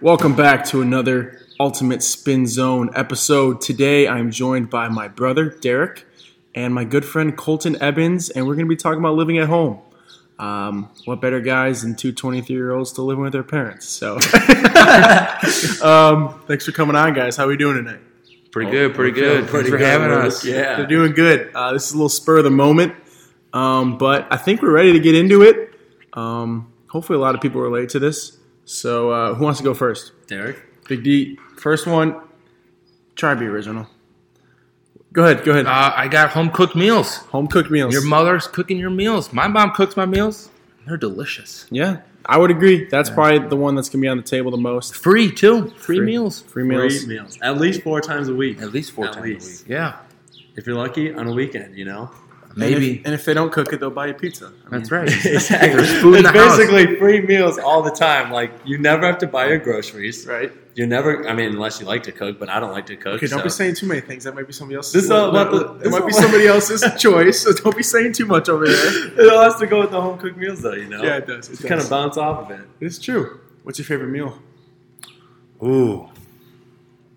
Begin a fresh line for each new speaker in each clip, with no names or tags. Welcome back to another Ultimate Spin Zone episode. Today I'm joined by my brother, Derek, and my good friend, Colton Evans, and we're going to be talking about living at home. Um, what better guys than two 23 year olds still living with their parents? So, um, thanks for coming on, guys. How are we doing tonight?
Pretty good, pretty good. Thanks
pretty
for
good,
having
brother.
us.
Yeah.
They're doing good. Uh, this is a little spur of the moment, um, but I think we're ready to get into it. Um, hopefully, a lot of people relate to this. So, uh, who wants to go first?
Derek.
Big D, first one. Try to be original. Go ahead. Go ahead.
Uh, I got home cooked meals.
Home cooked meals.
Your mother's cooking your meals. My mom cooks my meals. They're delicious.
yeah, I would agree. That's probably the one that's gonna be on the table the most.
Free too. Free,
Free.
meals.
Free meals.
Three meals. At least four times a week.
At least four times
least.
a week. Yeah,
If you're lucky, on a weekend, you know?
And
maybe.
if, and if they don't cook it, they'll buy you pizza. I mean,
That's right.
exactly.
There's food in
it's
the house.
basically free meals all the time. Like, you never have to buy your groceries.
Right.
You never, I mean, unless you like to cook, but I don't like to cook.
Okay, don't
so-
be saying too many things. That might be somebody else's.
This is all about the-
It
this
might
is
be
all-
somebody else's choice. So don't be saying too much over there.
It all has to go with the home cooked meals, though, you know?
Yeah, it does. It
Just
does.
kind of bounce off of it.
It's true. What's your favorite meal?
Ooh.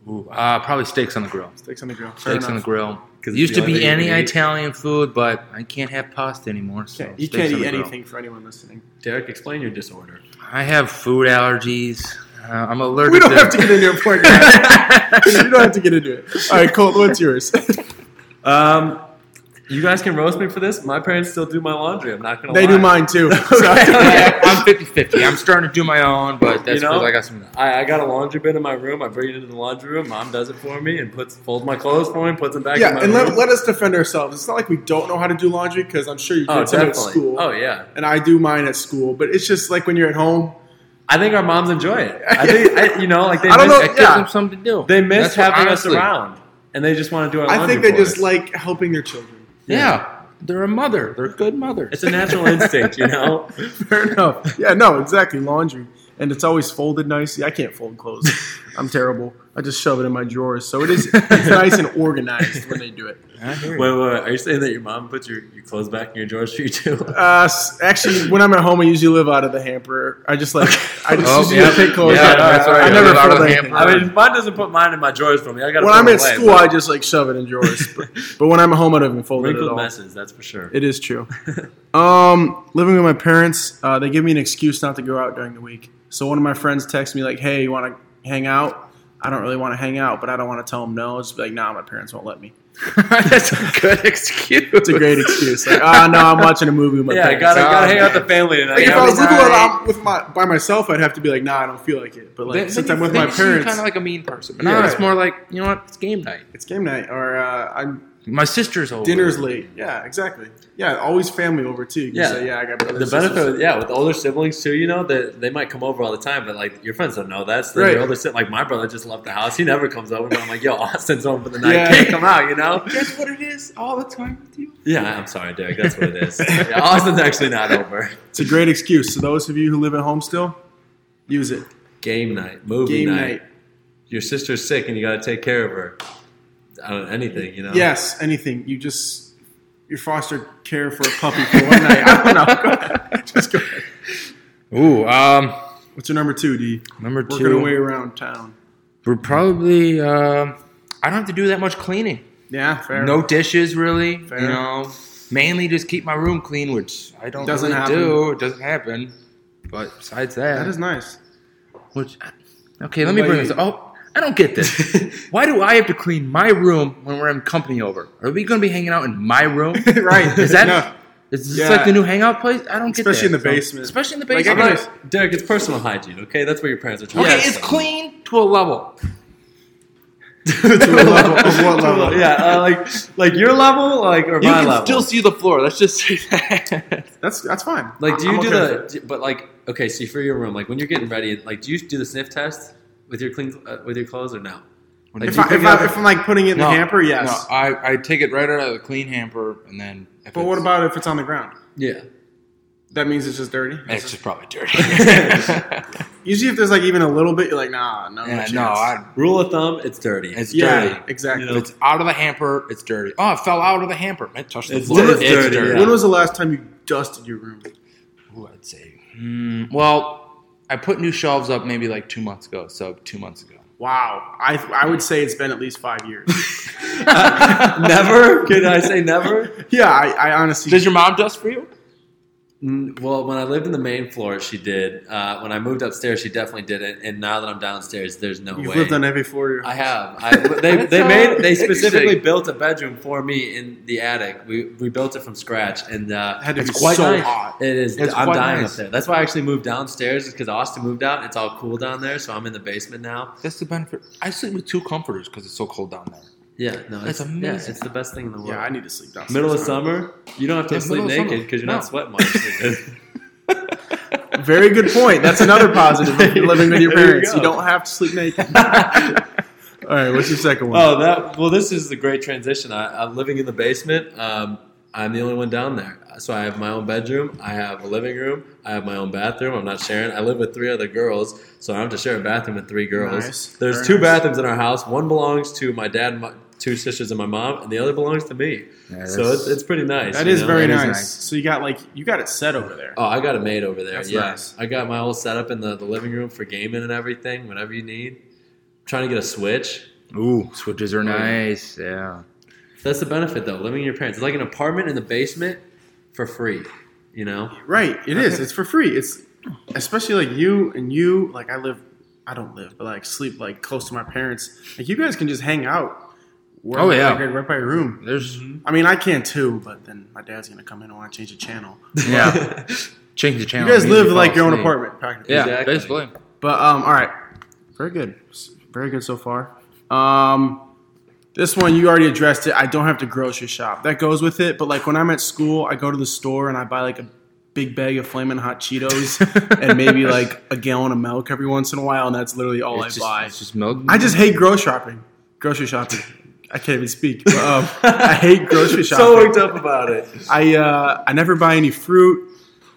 Ooh. Uh, probably steaks on the grill.
Steaks on the grill. Fair
Steaks on the
enough.
grill.
'Cause it's
Used
the
to
only
be
thing you
any
can eat.
Italian food, but I can't have pasta anymore. So
Can't- You
steaks
can't
on
eat
the grill.
anything for anyone listening.
Derek, explain your disorder.
I have food allergies. Uh, I'm allergic.
We don't have to get into your point. guys. you don't have to get into it. All right, Colt, what's yours?
Um, you guys can roast me for this. My parents still do my laundry. I'm not going to
they
lie.
do mine too.
Yeah, I'm 50 50. I'm starting to do my own, but that's
You know?
because I got some.
I, I got a laundry bin in my room. I bring it into the laundry room. Mom does it for me and puts folds my clothes for me, puts them back. in
yeah,
my
and
room.
let, let us defend ourselves. It's not like we don't know how to do laundry because I'm sure you
oh,
did some at
definitely.
school,
Oh yeah.
and I do mine at school. But it's just like when you're at home,
I think our moms enjoy it. I think I, you know, like they
I don't
miss,
That
know,
gives
yeah.
them something to do.
they miss
That's what-
having
honestly,
us around, and they just want to do our.
I
laundry
think they
for
just
us.
like helping their children.
Yeah. They're a mother. They're a good mother.
It's a natural instinct, you know.
Fair enough. Yeah, no, exactly. Laundry. And it's always folded nicely. I can't fold clothes. I'm terrible. I just shove it in my drawers. So it is it's nice and organized when they do it.
Wait, wait, wait, are you saying that your mom puts your, your clothes back in your drawers for you too?
Uh, s- actually, when I'm at home, I usually live out of the hamper. I just like I just
Oh,
usually
yeah.
pick clothes.
Yeah,
out.
that's right.
I
You
never
live out of
fold
the
anything.
hamper.
I mean, mom doesn't put mine in my drawers for me. I got.
When I'm
away,
at school,
but
I just like shove it in drawers. But, but when I'm at home, I don't even fold it at
wrinkled
all.
messes. That's for sure.
It is true. um, living with my parents, uh, they give me an excuse not to go out during the week. So one of my friends texts me like, "Hey, you want to hang out?" I don't really want to hang out, but I don't want to tell them no. It's like, "Nah, my parents won't let me."
that's a good excuse.
It's a great excuse. Like, "Ah, no, I'm watching a movie with my
yeah, I
parents."
gotta
Oh,
gotta hang out
man.
with the family tonight.
Ah. Like, if
Yeah,
I was
we-
living alone with my by myself, I'd have to be like, "Nah, I don't feel like it." But like, since I'm with my parents,
kind of like a mean person. But
Yeah.
now it's more like, you know what? It's game night.
it's game night, or uh, I'm
My sister's over.
dinner's late. Yeah, exactly. Yeah, always family over too. You can
Yeah.
say, "Yeah, I got brothers."
The
and sisters."
benefit, yeah, with older siblings too, you know, that they might come over all the time, but like your friends don't know that. So then
Right.
your older sibling, like my brother just left the house. He never comes over, but I'm like, yo, Austin's home for the night.
Yeah.
Can't come out, you know?
That's what it is all the time with you.
Yeah, I'm sorry, Derek. That's what it is. Yeah, Austin's actually not over.
It's a great excuse. So those of you who live at home still, use it.
Game night, movie
Game
night.
night.
Your sister's sick and you got to take care of her. I don't anything, you know?
Yes, anything. You just you foster care for a puppy for one night. I don't know. Go ahead. Just go ahead.
Ooh, um,
What's your number two, D?
number two.
Working our way around town.
We're probably, um, I don't have to do that much cleaning.
Yeah, fair.
No dishes, really.
Fair.
You know, mainly just keep my room clean, which I don't
Doesn't
really
happen.
do. It doesn't happen. But besides that,
that is nice.
which, okay, let me
Wait.
bring this. up. Oh, I don't get this. Why do I have to clean my room when we're having company over? Are we going to be hanging out in my room?
right.
Is that?
No.
Is this
Yeah.
like the new hangout place? I don't get
Especially in
that.
the basement.
Especially in the
Like, I
basement.
I'm
guess-
not- Derek, it's personal hygiene, okay? That's what your parents are trying
okay,
to
it's clean to a level.
to a level of what level?
Yeah, uh, like like your level, like or
You
my
can
level.
still see the floor. Let's just say that.
That's that's fine.
Like, do you
I'm
do
okay with
the? do- But like, okay, see for your room, like when you're getting ready, like, do you do the sniff test with your clean uh, with your clothes or no?
it.
Like,
If,
do you
I,
pick
if,
it up-
I, if I'm like putting it in
No,
the hamper, yes.
No, I, I take it right out of the clean hamper and then. If
But what
it's-
about if it's on the ground?
yeah,
That means it's just dirty.
It's just probably dirty.
Usually, if there's like even a little bit, you're like, nah, no,
yeah,
chance.
no, I,
rule of thumb, it's dirty.
it's
yeah,
dirty.
exactly.
If it's out of the hamper, it's dirty. Oh, it fell out of the hamper. It touched the
It's
floor.
dirty, it's dirty, yeah.
When was the last time you dusted your room?
Ooh, I'd say. Hmm, well, I put new shelves up maybe like two months ago. So two months ago.
Wow, I I would say it's been at least five years.
never? Can I say never?
yeah, I, I honestly
Does your mom dust for you?
Mm, Well, when I lived in the main floor, she did. Uh, when I moved upstairs, she definitely did it. And now that I'm downstairs, there's no
you've
way.
lived on every floor. of your-
I have. I, they they
That's
made. They
interesting.
specifically built a bedroom for me in the attic. We we built it from scratch, and uh,
Had to
it's
be
quite
so
nice.
hot.
It is.
It's
I'm
quite
dying
nice.
up there. That's why I actually moved downstairs because Austin moved out. It's all cool down there, so I'm in the basement now.
That's the benefit. I sleep with two comforters because it's so cold down there.
Yeah, no,
That's
it's, yeah,
amazing.
it's the best thing in the world.
yeah, I need to sleep downstairs.
Middle of
now.
summer, you don't have to
Yeah,
sleep
middle of summer.
naked because you're
No.
not sweating much.
Very good point. That's another positive. If you're living with your
There you
parents, you,
go.
don't have to sleep naked. All right, what's your second one?
Oh, that well, this is the great transition. I, I'm living in the basement. Um, I'm the only one down there, so I have my own bedroom. I have a living room. I have my own bathroom. I'm not sharing. I live with three other girls, so I have to share a bathroom with three girls.
Nice.
There's
Very
two
nice.
bathrooms in our house. One belongs to my dad, and my, two sisters, and my mom, and the other belongs to me.
Yeah,
so
that's-
it's, it's pretty nice.
that
you
is
know?
very
that
nice.
is nice.
So you got like you got it set over there.
Oh, I got it made over there.
That's
yeah.
nice.
I got my whole setup in the, the living room for gaming and everything. Whatever you need. trying to get a switch.
Ooh, switches
Oh,
are nice. Yeah.
That's the benefit though, living with your parents. It's like an apartment in the basement for free. You know?
Right, it is. It's for free. It's especially like you and you. Like I live, I don't live, but like sleep like close to my parents. Like you guys can just hang out. Where,
Oh, yeah.
like, right, right by your room.
There's
I mean, I can too, but then my dad's gonna come in and want to change the channel.
yeah. Change the
You
channel.
guys
Maybe
live like
fall
your own
asleep.
apartment, practically.
Yeah,
Exactly.
basically.
But um, all right, very good, S- very good so far. Um, this one you already addressed it. I don't have to grocery shop. That goes with it. But like when I'm at school, I go to the store and I buy like a big bag of flaming hot Cheetos and maybe like a gallon of milk every once in a while, and that's literally all I
It's
buy.
just, it's just milk.
I just hate grocery shopping. Grocery shopping. I can't even speak. But, um, I hate grocery shopping.
up about it.
I uh, I never buy any fruit,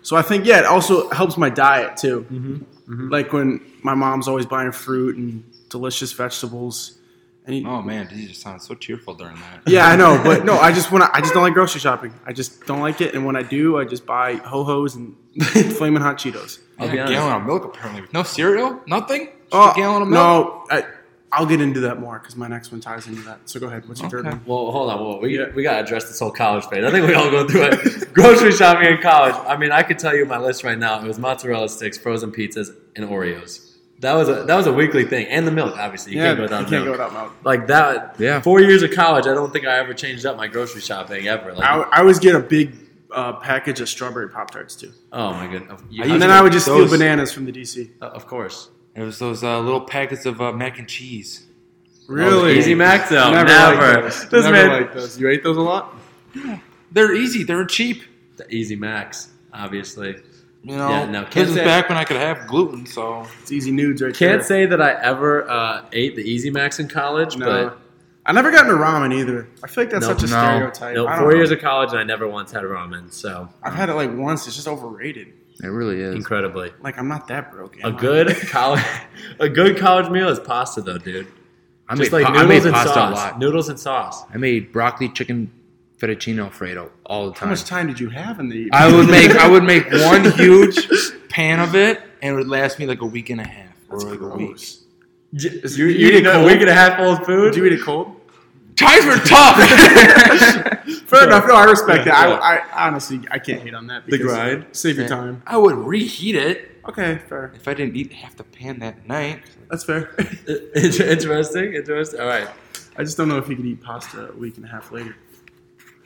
so I think yeah, it also helps my diet too.
Mm-hmm.
Like when my mom's always buying fruit and delicious vegetables. And you-
Oh man, you just sound so cheerful during that.
yeah, I know, but no, I just want to. I just don't like grocery shopping. I just don't like it, and when I do, I just buy ho hos and flaming hot Cheetos.
I'll
Yeah,
be
a
honest.
gallon of milk apparently. No cereal, nothing. Just
Oh
a gallon of milk.
no, I, I'll get into that more because my next one ties into that. So go ahead. What's your third
Okay.
one?
Well, hold on. Well, we,
Yeah.
we got to address this whole college phase. I think we all go through it. Grocery shopping in college. I mean, I could tell you my list right now. It was mozzarella sticks, frozen pizzas, and Oreos. That was a that was a weekly thing, and the milk. Obviously, you
yeah,
can't go without
you can't go
milk.
without milk.
like that.
Yeah.
Four years of college, I don't think I ever changed up my grocery shopping ever. Like,
I, I always get a big uh, package of strawberry pop tarts too,
oh my goodness. You-
and then I would just
those-
steal bananas from the DC.
of course.
It was those uh, little packets of uh, mac and cheese.
Really?
Oh, Easy Mac though.
liked
Never.
those.
This
Never
man-
liked those. You ate those a lot?
They're easy. They're cheap.
The Easy Max, obviously.
You know,
Yeah, no,
this
kids
is
say-
back when I could have gluten. So
It's easy nudes right
Can't
there.
say that I ever uh, ate the Easy Max in college,
No. I never got into ramen either. I feel like that's
Nope.
such a
No.
but
stereotype.
no,
I don't
four
know.
years of college and I never once had ramen. So
I've had it like once. It's just overrated.
it really is.
incredibly,
Like I'm not that broken.
a good college, a good college meal is pasta though, dude.
I
Just
made
like
pa- I
noodles
made
and
pasta a
sauce.
lot.
Noodles and sauce.
I made broccoli chicken fettuccine alfredo all the
How
time.
much time did you have in the? evening?
I would make I would make one huge pan of it, and it would last me like a week and a half or
That's
like a week.
gross.
You,
you
you
eat
eat
it
a
cold?
week and a half old food.
Did you eat it cold?
Times were tough.
Fair enough. No, I respect
Yeah,
that.
yeah.
I, I honestly I can't hate on that.
The
because-
grind.
Save your time.
I would reheat it
Okay, fair.
if I didn't eat half the pan that night.
That's fair.
interesting, interesting. All right,
I just don't know if you could eat pasta a week and a half later.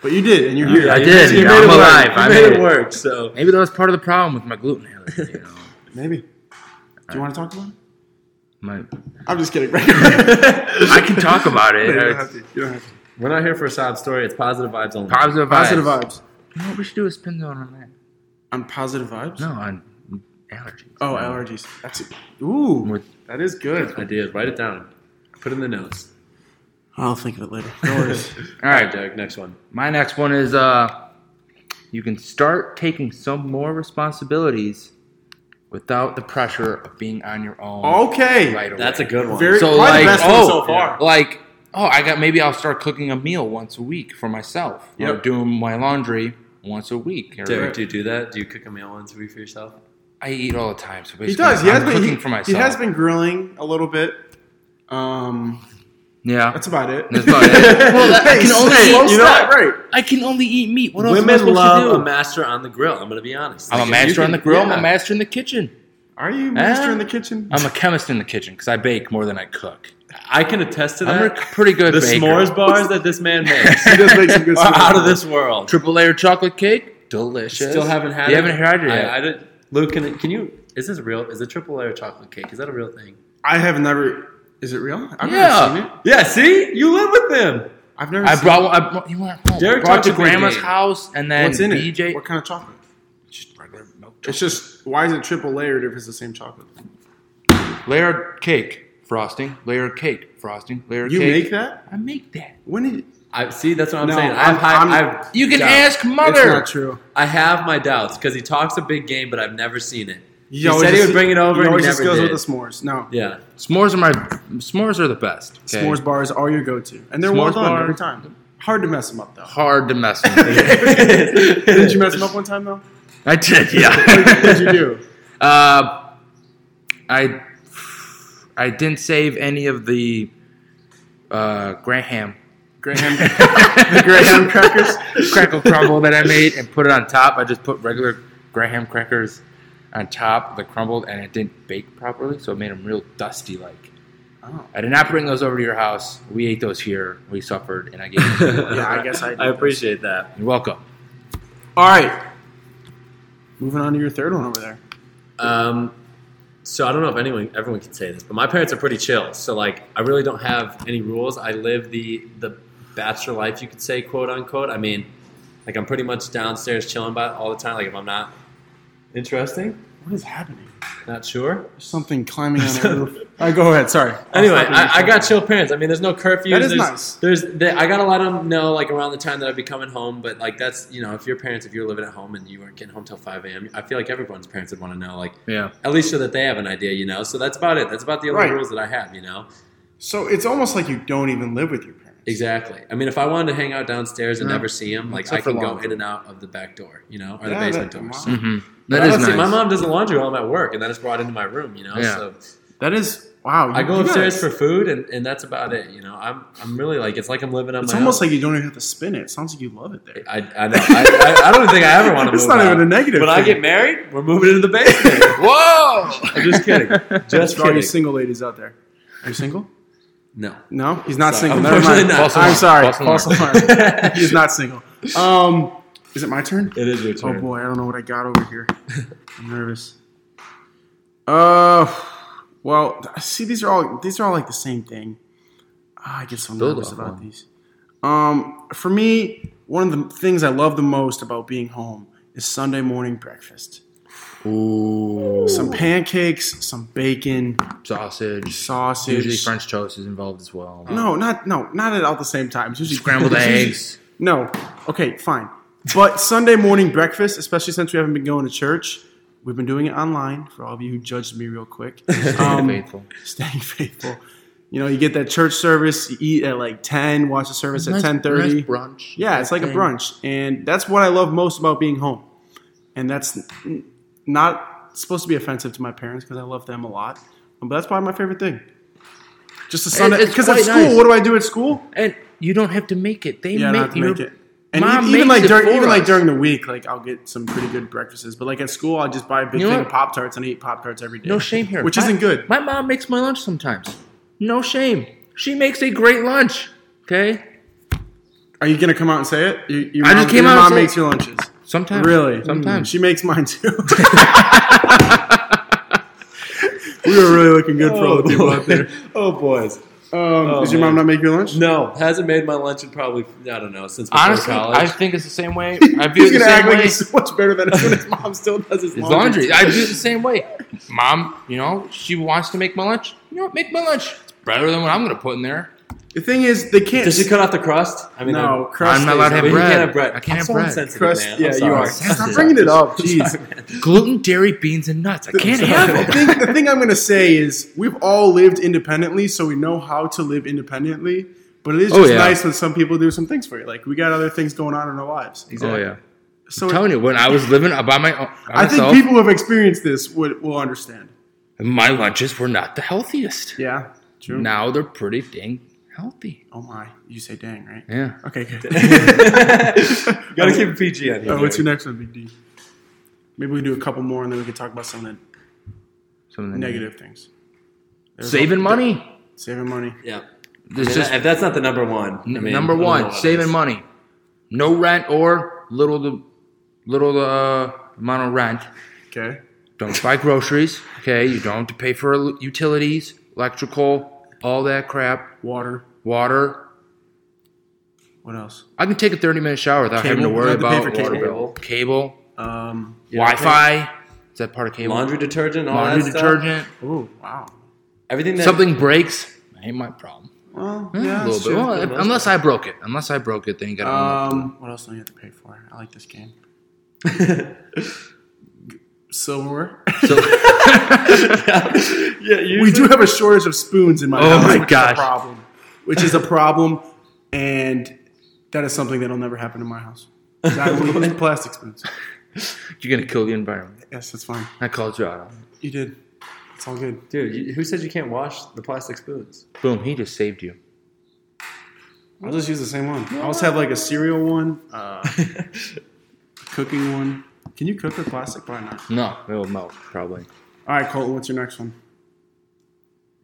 But you did, and you're here.
I
You
did.
made- you
Yeah,
made
I'm
it work.
alive.
You
I
made,
made
it
it.
work. So
Maybe that was part of the problem with my gluten allergy. You know,
Maybe. Do you want to talk about it?
my,
I'm just kidding.
I can talk about it.
You don't
It's
have to. You don't have to.
we're not here for a sob story. It's positive vibes only.
positive vibes.
Positive vibes.
You know what we should do a spin zone on that.
On positive vibes?
No, on allergies.
Oh, allergies. That's it. Ooh,
With-
that is good.
Ideas. Write it down. Put it in the notes.
I'll think of it later. No worries.
All right,
Derek. Next one.
My next one is uh, you can start taking some more responsibilities without the pressure of being on your own.
Oh, okay.
right away.
That's a good one.
Very
so
probably
like
the best
oh
one so far.
like oh I got maybe I'll start cooking a meal once a week for myself or
Yep.
doing my laundry once a week. or-
Derek, do you do that? Do you cook a meal once a week for yourself?
I eat all the time, so basically
He does. He has
I'm
been
cooking
he,
for
he
myself.
has been grilling a little bit. Um,
Yeah,
that's about it.
That's about it. Well, that- I
Hey,
can only
shit,
eat-
you know what? Right.
I can only eat meat. What else am I
Women
supposed
love
to
a
do?
master on the grill. I'm going to be honest.
I'm
Like,
a
if
master
you
on the
can-
grill. I'm
yeah.
a master in the kitchen.
Are you master
Eh?
in the kitchen?
I'm a chemist in the kitchen because I bake more than I cook.
I can attest to
I'm a
that.
pretty good
the
baker.
s'mores bars that this man makes
he does make some good
are
stuff.
out of this world.
triple layer chocolate cake, delicious.
Still haven't had
You
it.
haven't had it yet.
I, I didn't- Luke, can, can you? Is this real? Is the triple layer chocolate cake? Is that a real thing?
I have never. Is it real? I've
Yeah.
never seen it.
Yeah. See, you live with them.
I've never.
I
seen
brought. I brought, you went home.
Derek
brought
talked
to
a good
grandma's
game.
house, and
it.
then
What's in
BJ.
it? What kind of chocolate?
Just regular milk.
It's just why is it triple layered if it's the same chocolate?
Layered cake frosting. Layered cake frosting. Layered
You
cake.
make that?
I make that.
When did?
I see. That's what I'm
No,
saying.
I'm-
I've, hi-
I'm-
I've
You can
doubts.
ask
It's not
mother.
true.
I have my doubts because he talks a big game, but I've never seen it.
You
he
always
said he
just-
would bring it over,
You
and
always
he
just
never
goes
did.
with the s'mores. No,
yeah.
S'mores are my. S'mores are the best. okay?
s'mores bars are your go-to, and they're well
S'mores
done
bar.
every time. Hard to mess them up though.
Hard to mess with.
did you mess them up one time though?
I did.
What
Yeah.
did you do?
Uh, I I didn't save any of the uh, Graham
Graham,
the
Graham crackers.
crackle crumble that I made and put it on top. I just put regular Graham crackers on top. They crumbled and it didn't bake properly, so it made them real dusty. Like
Oh.
I did not bring those over to your house. We ate those here. We suffered, and I gave. You
Yeah, I guess I did.
I appreciate that.
You're welcome.
All right. Moving on to your third one over there.
Um, so I don't know if anyone, everyone can say this, but my parents are pretty chill. So like, I really don't have any rules. I live the the bachelor life, you could say, quote unquote. I mean, like I'm pretty much downstairs chilling by all the time. Like if I'm not interesting,
What is happening?
not sure.
There's something climbing on the roof. All right, go ahead. Sorry. I'll
Anyway,
stop you.
I, I got chill parents. I mean, there's no curfews.
That is
there's,
nice.
There's, they, I gotta let them know like around the time that I'd be coming home. But like that's, you know, if your parents, if you're living at home and you weren't getting home till 5 a.m., I feel like everyone's parents would want to know, like
Yeah.
at least so that they have an idea, you know. So that's about it. That's about the only
Right.
rules that I have, you know.
So it's almost like you don't even live with your parents.
Exactly. I mean, if I wanted to hang out downstairs and
Yeah.
never see him, like
Except
I can
for
go
laundry.
in and out of the back door, you know, or
Yeah,
the basement
that-
door.
wow.
So-
Mm-hmm.
I
That is
don't see-
nice.
My mom does the laundry while I'm at work, and that is brought into my room, you know.
Yeah.
So
That is wow.
I
you-
go
you
upstairs
gotta-
for food, and, and that's about it. You know, I'm I'm really like it's like I'm living on
It's
my
almost
own.
like you don't even have to spin it. It sounds like you love it there.
I, I, know. I, I, I don't think I ever want to.
It's
move
not
out.
even a negative
When I
thing.
get married, we're moving into the basement.
Whoa!
I'm just kidding. Just
Just for all you
kidding.
single ladies out there. Are you single?
No.
No, he's not
Sorry.
single. Never
Unfortunately
mind.
not. False
I'm
alarm.
sorry.
Oh, False
False alarm. he's not single. Um, is it my turn?
It is your
Oh
turn.
boy, I don't know what I got over here. I'm nervous. Uh, well, see, these are all these are all like the same thing. Ah, I get so
Build
nervous
off
about
one.
these. Um, for me, one of the things I love the most about being home is Sunday morning breakfast.
Ooh.
Some pancakes, some bacon,
sausage.
sausage.
Usually French toast is involved as well.
No, not no, not at all the same time. It's usually
Scrambled
it's usually-
eggs.
No. Okay, fine. But Sunday morning breakfast, especially since we haven't been going to church, we've been doing it online for all of you who judged me real quick. Um,
faithful.
Staying faithful. You know, you get that church service, you eat at like 10, watch the service at 10.30.
brunch.
yeah, it's like a
thing.
brunch. And that's what I love most about being home. And that's n- not supposed to be offensive to my parents because I love them a lot. But that's probably my favorite thing. Just a Sunday.
it's
Because at
quite
school,
nice.
what do I do at school?
And you don't have to make it. They
yeah,
make,
not to
your
make it. And
mom
even, even
makes
like
it
during
for
even like
us.
during the week, like I'll get some pretty good breakfasts. But like at school, I just buy a big
You know
thing
what?
of Pop Tarts and I eat Pop Tarts every day.
No shame here.
which
My-
isn't good.
My mom makes my lunch sometimes. No shame. She makes a great lunch. Okay.
Are you gonna come out and say it? Your, your
I
mom,
just came
your
out and
mom
said-
makes your lunches.
Sometimes.
Really? Mm,
Sometimes.
she makes mine too. we were really looking good for all the people out there.
oh boys.
Um,
Oh,
does your mom not
man.
make your lunch?
No, hasn't made my lunch in probably I don't know since before
Honestly,
college.
I think it's the same way. I view
He's
it the
gonna act
same
like
way.
he's so much better than us when his mom still does his
It's
laundry.
laundry. I do it the same way. Mom, you know, she wants to make my lunch. You know what? Make my lunch. It's better than what I'm going to put in there.
The thing is, they can't.
Does she cut off the crust? I mean,
no, crust
I'm not allowed
is-
to have
I, you
bread.
can't have bread.
I can't
I'm
have
so
bread.
insensitive,
Crust,
man. I'm
yeah, you
sorry.
are. Stop
Sensitive.
bringing it up. Jeez.
Gluten, dairy, beans, and nuts. I can't have
the
it.
thing, the thing I'm going to say is we've all lived independently, so we know how to live independently. But it is
Oh,
just
yeah.
Oh,
nice when some people do some things for you. Like we got other things going on in our lives.
Exactly.
Oh, yeah.
So
telling you, when I was living by my own, by
I think
myself,
people who have experienced this would will understand.
my lunches were not the healthiest.
Yeah, true.
Now they're pretty dang healthy.
Oh my, you say dang, right?
Yeah.
Okay, good.
Gotta keep it PG on here.
Uh, what's your
Derek.
next one, Big D? Maybe we can do a couple more and then we can talk about some of the
Something
negative things. There's
Saving
all-
money.
Saving money.
Yeah.
There's
And
just
that- if that's not the number one, I
N-
mean,
number
I don't know
one,
what
saving
is.
money. No rent or little the little the amount of rent.
Okay.
Don't buy groceries. Okay, you don't have to pay for el- utilities, electrical, all that crap,
Water.
water.
What else?
I can take a thirty minute shower without having to
Cable.
worry
You don't have
about
to pay for
water
cable.
bill, cable,
Um.
don't
Wi Fi. Is that part of cable?
Laundry detergent, all
Laundry
that stuff.
detergent.
Oh wow.
Everything that
Something breaks. Ain't my problem.
Well,
Eh,
Hmm.
yeah,
a little
that's
bit.
true.
Well, if-
most
unless I broke it. Unless I broke it, then you gotta.
Um, what else do I have to pay for? I like this game. Silverware.
so,
yeah, usually,
we do have a shortage of spoons in my
Oh
house.
my
which is a
gosh.
problem, which is a problem, and that is something that'll never happen in my house. I will use plastic spoons.
you're gonna kill the environment.
Yes, that's fine.
I called you out. on it.
You did. It's all good.
dude. You, who says you can't wash the plastic spoons?
Boom, he just saved you.
I'll just use the same one. I'll just have like a cereal one, uh, cooking one. Can you cook with plastic? Probably not.
No, it'll melt, probably.
All right, Colton, what's your next one?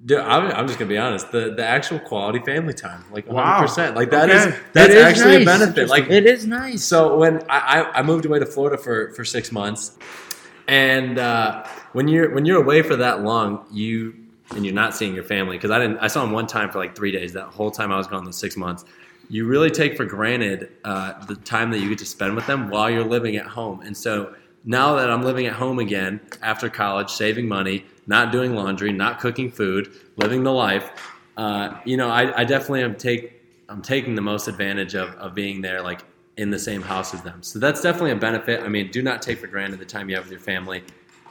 Dude, I'm, I'm just gonna be honest. The the actual quality family time, like 100.
Wow.
percent Like that is
Okay.
that's
It is
actually
nice.
a benefit. Like
It is nice.
So when I, I, I moved away to Florida for, for six months, and uh, when you're when you're away for that long, you and you're not seeing your family because I didn't I saw them one time for like three days. That whole time I was gone, those six months, you really take for granted uh, the time that you get to spend with them while you're living at home. And so now that I'm living at home again after college, saving money, not doing laundry, not cooking food, living the life, uh, you know, I, I definitely am take I'm taking the most advantage of, of being there like in the same house as them. So that's definitely a benefit. I mean, do not take for granted the time you have with your family.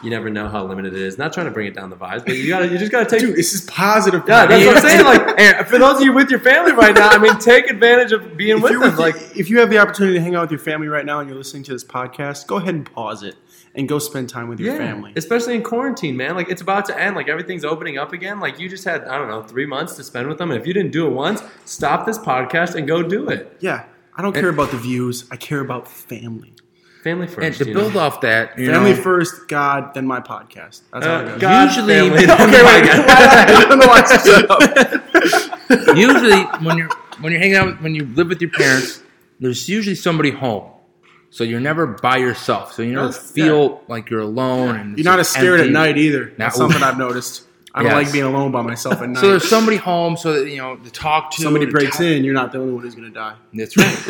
You never know how limited it is. Not trying to bring it down the vibes, but you gotta you just gotta take
Dude, this is positive.
Yeah, that's what I'm saying. Like and for those of you with your family right now, I mean take advantage of being
if
with
you,
them. Like
if you have the opportunity to hang out with your family right now and you're listening to this podcast, go ahead and pause it and go spend time with your family.
Especially in quarantine, man. Like it's about to end. Like everything's opening up again. Like you just had, I don't know, three months to spend with them. And if you didn't do it once, stop this podcast and go do it.
Yeah, I don't care about the views. I care about family.
Family first.
and to
you
build
know?
off that, you
Family
know,
first, God, then my podcast. That's how
Uh,
it goes.
God,
Usually-
family.
Okay,
Oh my
wait.
God.
I don't know why I said that.
usually when you're when you're hanging out with- when you live with your parents, there's usually somebody home. So you're never by yourself. So you never
That's-
feel like you're alone. And
You're not as scared at
empty.
night either.
Now-
That's something I've noticed. I don't
Yes.
like being alone by myself at night.
So there's somebody home, so that you know to talk to.
Somebody
to
breaks
talk-
in, you're not the only one who's going to die.
That's right.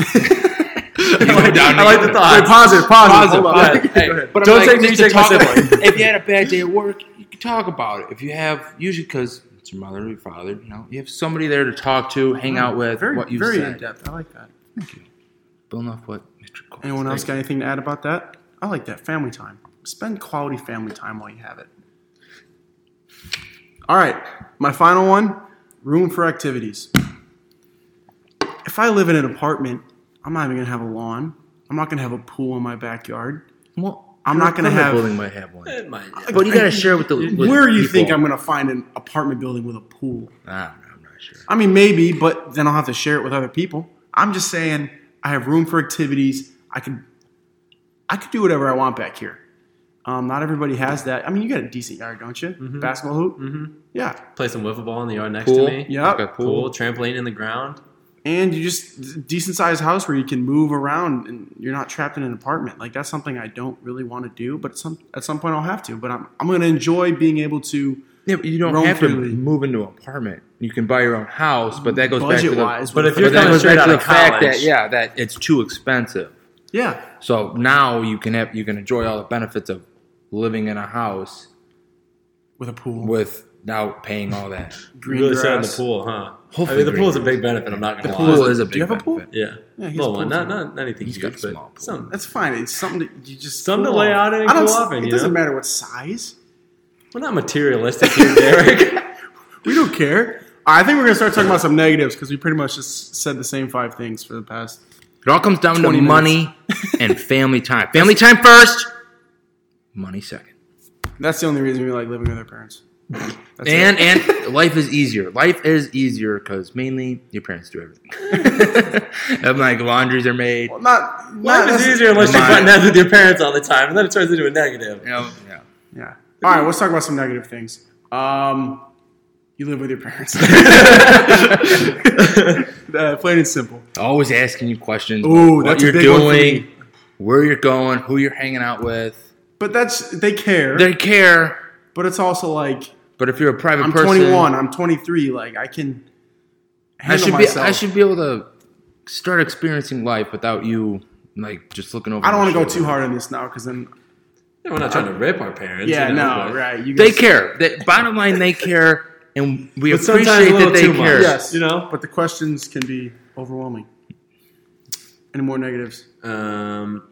You go down
I like
there.
the thought.
Wait, pause it, pause it, hold on.
pause it. Hey,
Go ahead.
But I'm
Don't
like,
take me,
just to
take my
talk-
sibling.
if you had a bad day at work, you can talk about it. If you have, usually because it's your mother or your father, you know, you have somebody there to talk to, hang out with,
Very,
what you
very in
said.
depth. I like that.
Building off what Mr. Cole
Anyone
said.
else got anything to add about that? I like that family time. Spend quality family time while you have it. All right, my final one: room for activities. If I live in an apartment, I'm not even gonna have a lawn. I'm not gonna have a pool in my backyard.
Well,
I'm not gonna
Apartment
have-
Building might have one.
It might-
But you gotta share with the with
Where you
people.
think I'm gonna find an apartment building with a pool?
I don't know, I'm not sure.
I mean, maybe, but then I'll have to share it with other people. I'm just saying, I have room for activities. I could, I could do whatever I want back here. Um, not everybody has that. I mean, you got a decent yard, don't you? Basketball hoop. Mm-hmm. Yeah,
Play some wiffle ball in the yard next
Pool,
to me.
Yeah.
Like a
Pool,
pool.
trampoline in the ground.
and you just decent sized house where you can move around and you're not trapped in an apartment. Like that's something I don't really want to do, but at some at some point I'll have to. But I'm I'm gonna enjoy being able to.
Yeah, but you don't
Roam
have to
freely.
move into an apartment. You can buy your own house, but that goes back to the.
Budget-wise,
But if
but
you're
that
coming
goes
straight
back to
out
the
of
fact that
college-
yeah, that it's too expensive.
Yeah,
So now you can have you can enjoy all the benefits of living in a house
with a pool,
without paying all that.
green
really set in the
grass.
pool, huh? I
Hopefully
mean, the
green
pool's a big benefit. I'm not
The
gonna lie.
pool is a big.
Do you have a pool?
benefit.
yeah,
Yeah, he has
little
a
one.
pool
Not
too.
not anything
He's
huge,
got a
but
small pool.
some.
That's fine. It's something that you just
Something to
cool
lay
off.
out and
I don't. s-
cool off in,
it
you
doesn't
know?
matter what size.
We're not materialistic here, Derek.
We don't care. I think we're gonna start talking about some negatives because we pretty much just said the same five things for the past
It all comes down to
20 minutes.
money and family time. Family time first, money second.
That's the only reason we like living with our parents. That's it.
and and life is easier. Life is easier because mainly your parents do everything. and like laundries are made.
Well, not not
Life is
necess-
easier unless you're
Mine.
butting heads with your parents all the time, and then it turns into a negative.
You know, yeah.
Yeah. All right, let's talk about some negative things. Um, you live with your parents. uh, plain and simple.
Always asking you questions.
Ooh,
what
that's a
you're
big one for
doing,
me.
where you're going, who you're hanging out with.
But that's they care.
They care,
but it's also like
but if you're a private
I'm
person,
21, I'm 23. Like I can
I
handle
should be
myself.
I should be able to start experiencing life without you like just looking over.
I don't
my
want to go
shoulder.
too hard on this now because then
Yeah, we're not trying to rip our parents.
yeah
you know,
no
but-
right you
They
guys-
care. They, bottom line, they care, and we
But sometimes
appreciate
a little
that they
too much.
care.
yes
You know?
but the questions can be overwhelming. Any more negatives?
Um,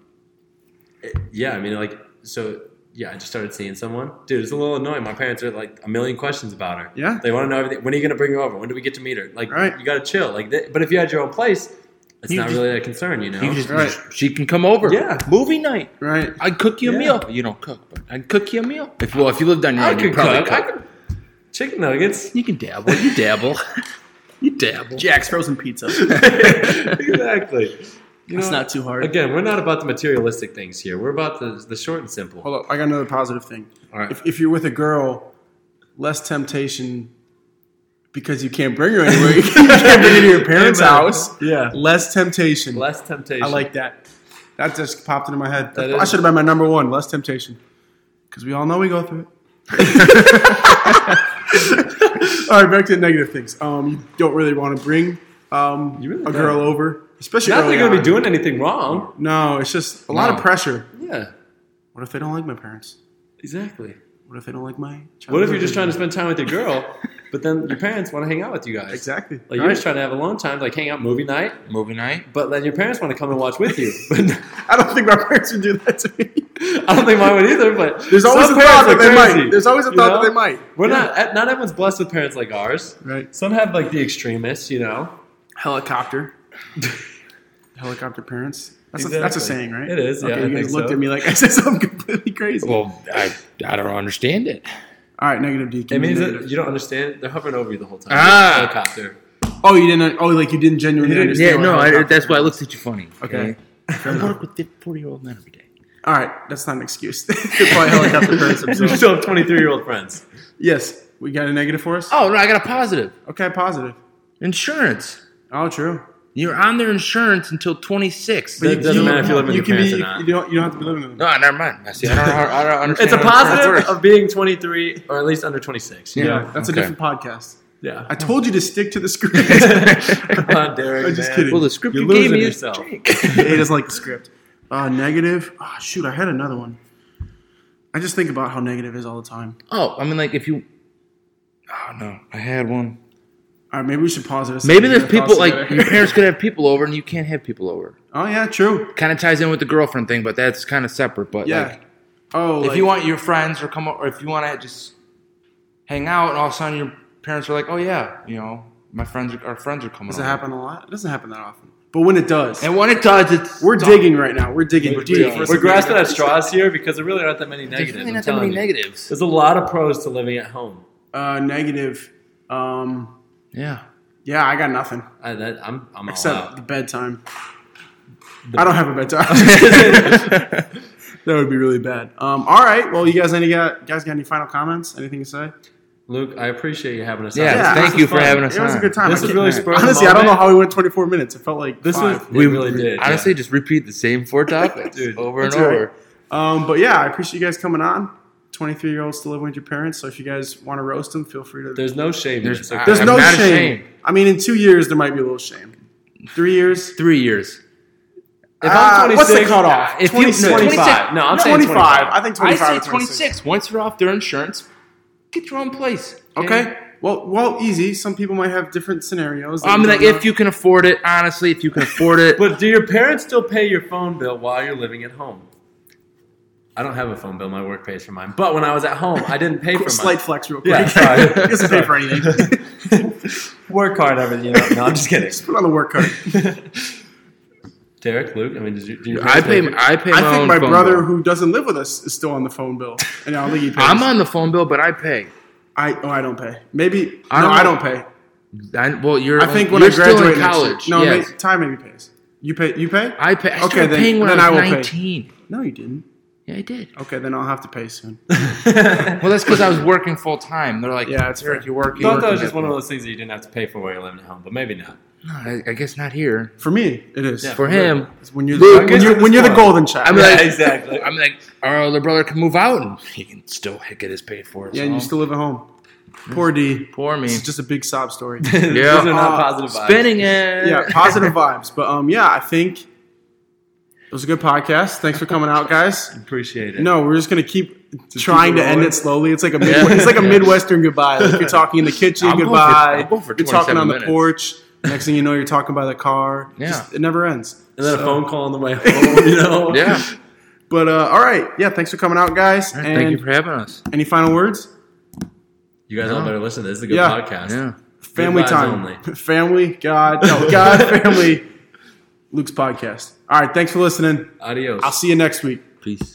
it- yeah, I mean, like, so yeah, I just started seeing someone. Dude, it's a little annoying. My parents are like a million questions about her.
Yeah.
they want to know everything. When are you gonna bring her over? When do we get to meet her? Like,
Right.
you gotta chill. Like, th- but if you had your own place, it's
You
not
just-
really a concern, you know.
You just,
Right.
She can come over.
Yeah.
Movie night.
Right.
I'd cook you a
Yeah.
meal. You don't cook, but I'd cook you a meal. If well, if you lived on your
I
own, you
could
probably
cook.
cook.
I could chicken nuggets.
You can dabble. You dabble. you dabble.
Jack's frozen pizza.
exactly. You
it's
know,
not too hard.
Again, we're not about the materialistic things here. We're about the, the short and simple.
Hold up, I got another positive thing.
All right.
If, if you're with a girl, less temptation because you can't bring her anywhere. you can't bring her to your parents'
Amen.
house.
Yeah.
Less temptation.
Less temptation.
I like that. That just popped into my head.
That
I
is-
should have been my number one. Less temptation, because we all know we go through it. all right, back to the negative things. Um, you don't really want to bring um,
You really
a
don't.
girl over, especially
Not that
early
they're gonna
on.
be doing anything wrong.
No, it's just a lot of
No.
pressure.
Yeah.
What if they don't like my parents?
Exactly.
What if they don't like my? child
What if you're just trying
version?
to spend time with your girl, but then your parents want to hang out with you guys?
Exactly.
Like you're just trying to have alone time, like hang out movie night,
Movie night.
but then your parents want to come and watch with you.
I
But
don't think my parents would do that to me.
I don't think mine would either. But
There's always
some
a thought that
parents
they
are crazy,
might. There's always a
you
thought that
know?
they might.
We're not. Not everyone's blessed with parents like ours.
Right.
Some have like the extremists, you know.
Helicopter. Helicopter parents. That's, a, that's a
Exactly.
saying, right?
It is, yeah,
Okay,
I
you guys
think
looked
so.
at me like I said something completely crazy.
Well, I, I don't understand it.
All right, negative D. give
It
me
means
negative.
that you don't understand. They're hovering over you the whole time.
Ah.
Helicopter.
oh, you didn't. Oh, like you didn't genuinely
You didn't-
understand.
yeah,
what
no, I,
helicopter
that's why I
parents-
looked at you funny.
Okay.
I work with 40 year old men every day.
All right, that's not an excuse. They're probably helicopter parents
You
themselves.
still have 23 year old friends.
Yes, we got a negative for us.
Oh, no, I got a positive.
Okay, positive.
Insurance.
Oh, true.
You're on their insurance until 26.
But It doesn't matter if you live with
you
your
can
parents
be,
or not.
You don't, you don't have to be living with them.
no, never mind. I see. I don't, know how- I don't understand.
It's a
how insurance
positive
works.
of being 23 or at least under 26.
Yeah,
Yeah,
that's a
okay.
different podcast.
Yeah.
I told you to stick to the script.
Come on, Derek.
I'm just
man.
kidding.
Well, the script
You're
you gave
losing
me is
yourself.
Jake.
he doesn't like the script. Uh, negative. Ah, shoot, I had another one. I just think about how negative is all the time.
Oh, I mean, like if you. Oh no, I had one.
All right, maybe we should pause this.
Maybe
and get
there's
our
people
thoughts
like
together.
your parents could have people over and you can't have people over.
oh yeah, true.
Kind of ties in with the girlfriend thing, but that's kind of separate. But
Yeah.
like,
oh,
if you want your friends or come o- or if you want to just hang out, and all of a sudden your parents are like, "Oh yeah, you know, my friends, are, our friends are coming."
does it
over.
happen a lot? It doesn't happen that often, but when it does,
And when it does, it's
we're
dumb.
digging right now. We're digging
We're,
deep. for some
grasping at
negative.
straws here because there really aren't that many
There's
negatives.
really
I'm
not that
telling
many
you.
negatives.
There's a lot of pros to living at home.
Uh, negative. Um,
Yeah.
yeah, I got nothing
I, that, I'm, I'm
except
all out.
the bedtime. I don't have a bedtime. that would be really bad. Um, all right. Well, you guys, any got guys got any final comments? Anything to say?
Luke, I appreciate you having us.
Yeah,
on.
Yeah,
This
thank
was
you for
fun.
having us
It was a
on.
good time.
This
I
was
can't-
really spur of the
Honestly, I don't know
moment.
how we went 24 minutes. It felt like
This was
five.
we really did.
Honestly,
yeah.
just repeat the same four topics
Dude,
over and
that's right.
over.
Um, but yeah, I appreciate you guys coming on. 23 year olds still living with your parents, so if you guys want to roast them, feel free to. There's,
there's no shame. in this, okay?
There's I'm
no
not
shame.
ashamed.
I mean, in two years there might be a little shame. Three years.
Three years.
If
Ah,
I'm 26,
what's the cutoff?
If
26.
you, 25. No, I'm saying
25.
25.
I think
I
25.
say
or 26.
26. Once you're off their insurance, get your own place.
Okay. Well, well, easy. Some people might have different scenarios. that
I
we
mean,
don't
like,
know.
if you can afford it, honestly, if you can afford it,
But do your parents still pay your phone bill while you're living at home? I don't have a phone bill. My work pays for mine. But when I was at home, I didn't pay for mine.
slight flex real quick.
Yeah,
he
sorry.
doesn't pay for anything.
Work hard, everything. You know? No, I'm just kidding.
Put on the work card.
Derek, Luke. I mean, did you? Do you
I pay. I pay. My
I think
own
my
phone
brother,
bill.
who doesn't live with us, is still on the phone bill, and I don't think he pays.
I'm on the phone bill, but I pay.
I oh, I don't pay. Maybe
I
no,
don't-
I don't pay.
I, well, you're.
I think when
you're
I graduate
still
next
in
year-
college.
no,
yes.
ma- Ty maybe pays. You pay. You pay?
I pay. I
Okay,
started
then-
paying when
then
I
I
was
will pay.
19.
no, you didn't.
Yeah, I did.
Okay, then I'll have to pay soon.
Well, that's because I was working full time. They're like,
Yeah, it's
"Derek,
fair.
You're working.
thought that
working
was just
at-
one of those things that you didn't have to pay for while you're living at home, but maybe not.
No, I, I guess not here.
For me, it is.
Yeah.
For him,
It's when you're
Luke,
the, when you're, when you're the golden child.
I'm
Yeah,
like,
exactly.
I'm like, our older brother can move out, and he can still get his pay for it.
yeah, and you still live at home. Poor D.
poor me.
It's just a big sob story.
Yeah.
These are not
Uh,
positive vibes.
Spinning it.
yeah, positive vibes. But um, yeah, I think it was a good podcast. Thanks for coming out, guys.
Appreciate it.
No, we're just gonna keep trying
keep it
to end
rolling.
it slowly. It's like a Midwe- it's like a
Yeah.
Midwestern goodbye. Like you're talking in the kitchen,
I'm going for-
goodbye.
I'm going for
you're talking
27
on the
minutes.
porch. Next thing you know, you're talking by the car.
Yeah.
Just- it never ends.
And then a phone call on the way home, you know?
Yeah.
But uh, all right, yeah. Thanks for coming out, guys.
All right,
and
thank you for having us.
any final words?
You guys all better listen. This is a good
Yeah.
podcast.
Yeah.
Family
vibes
time.
only.
Family, God, no, God, family. Luke's podcast. All right, thanks for listening.
Adios.
I'll see you next week.
Peace.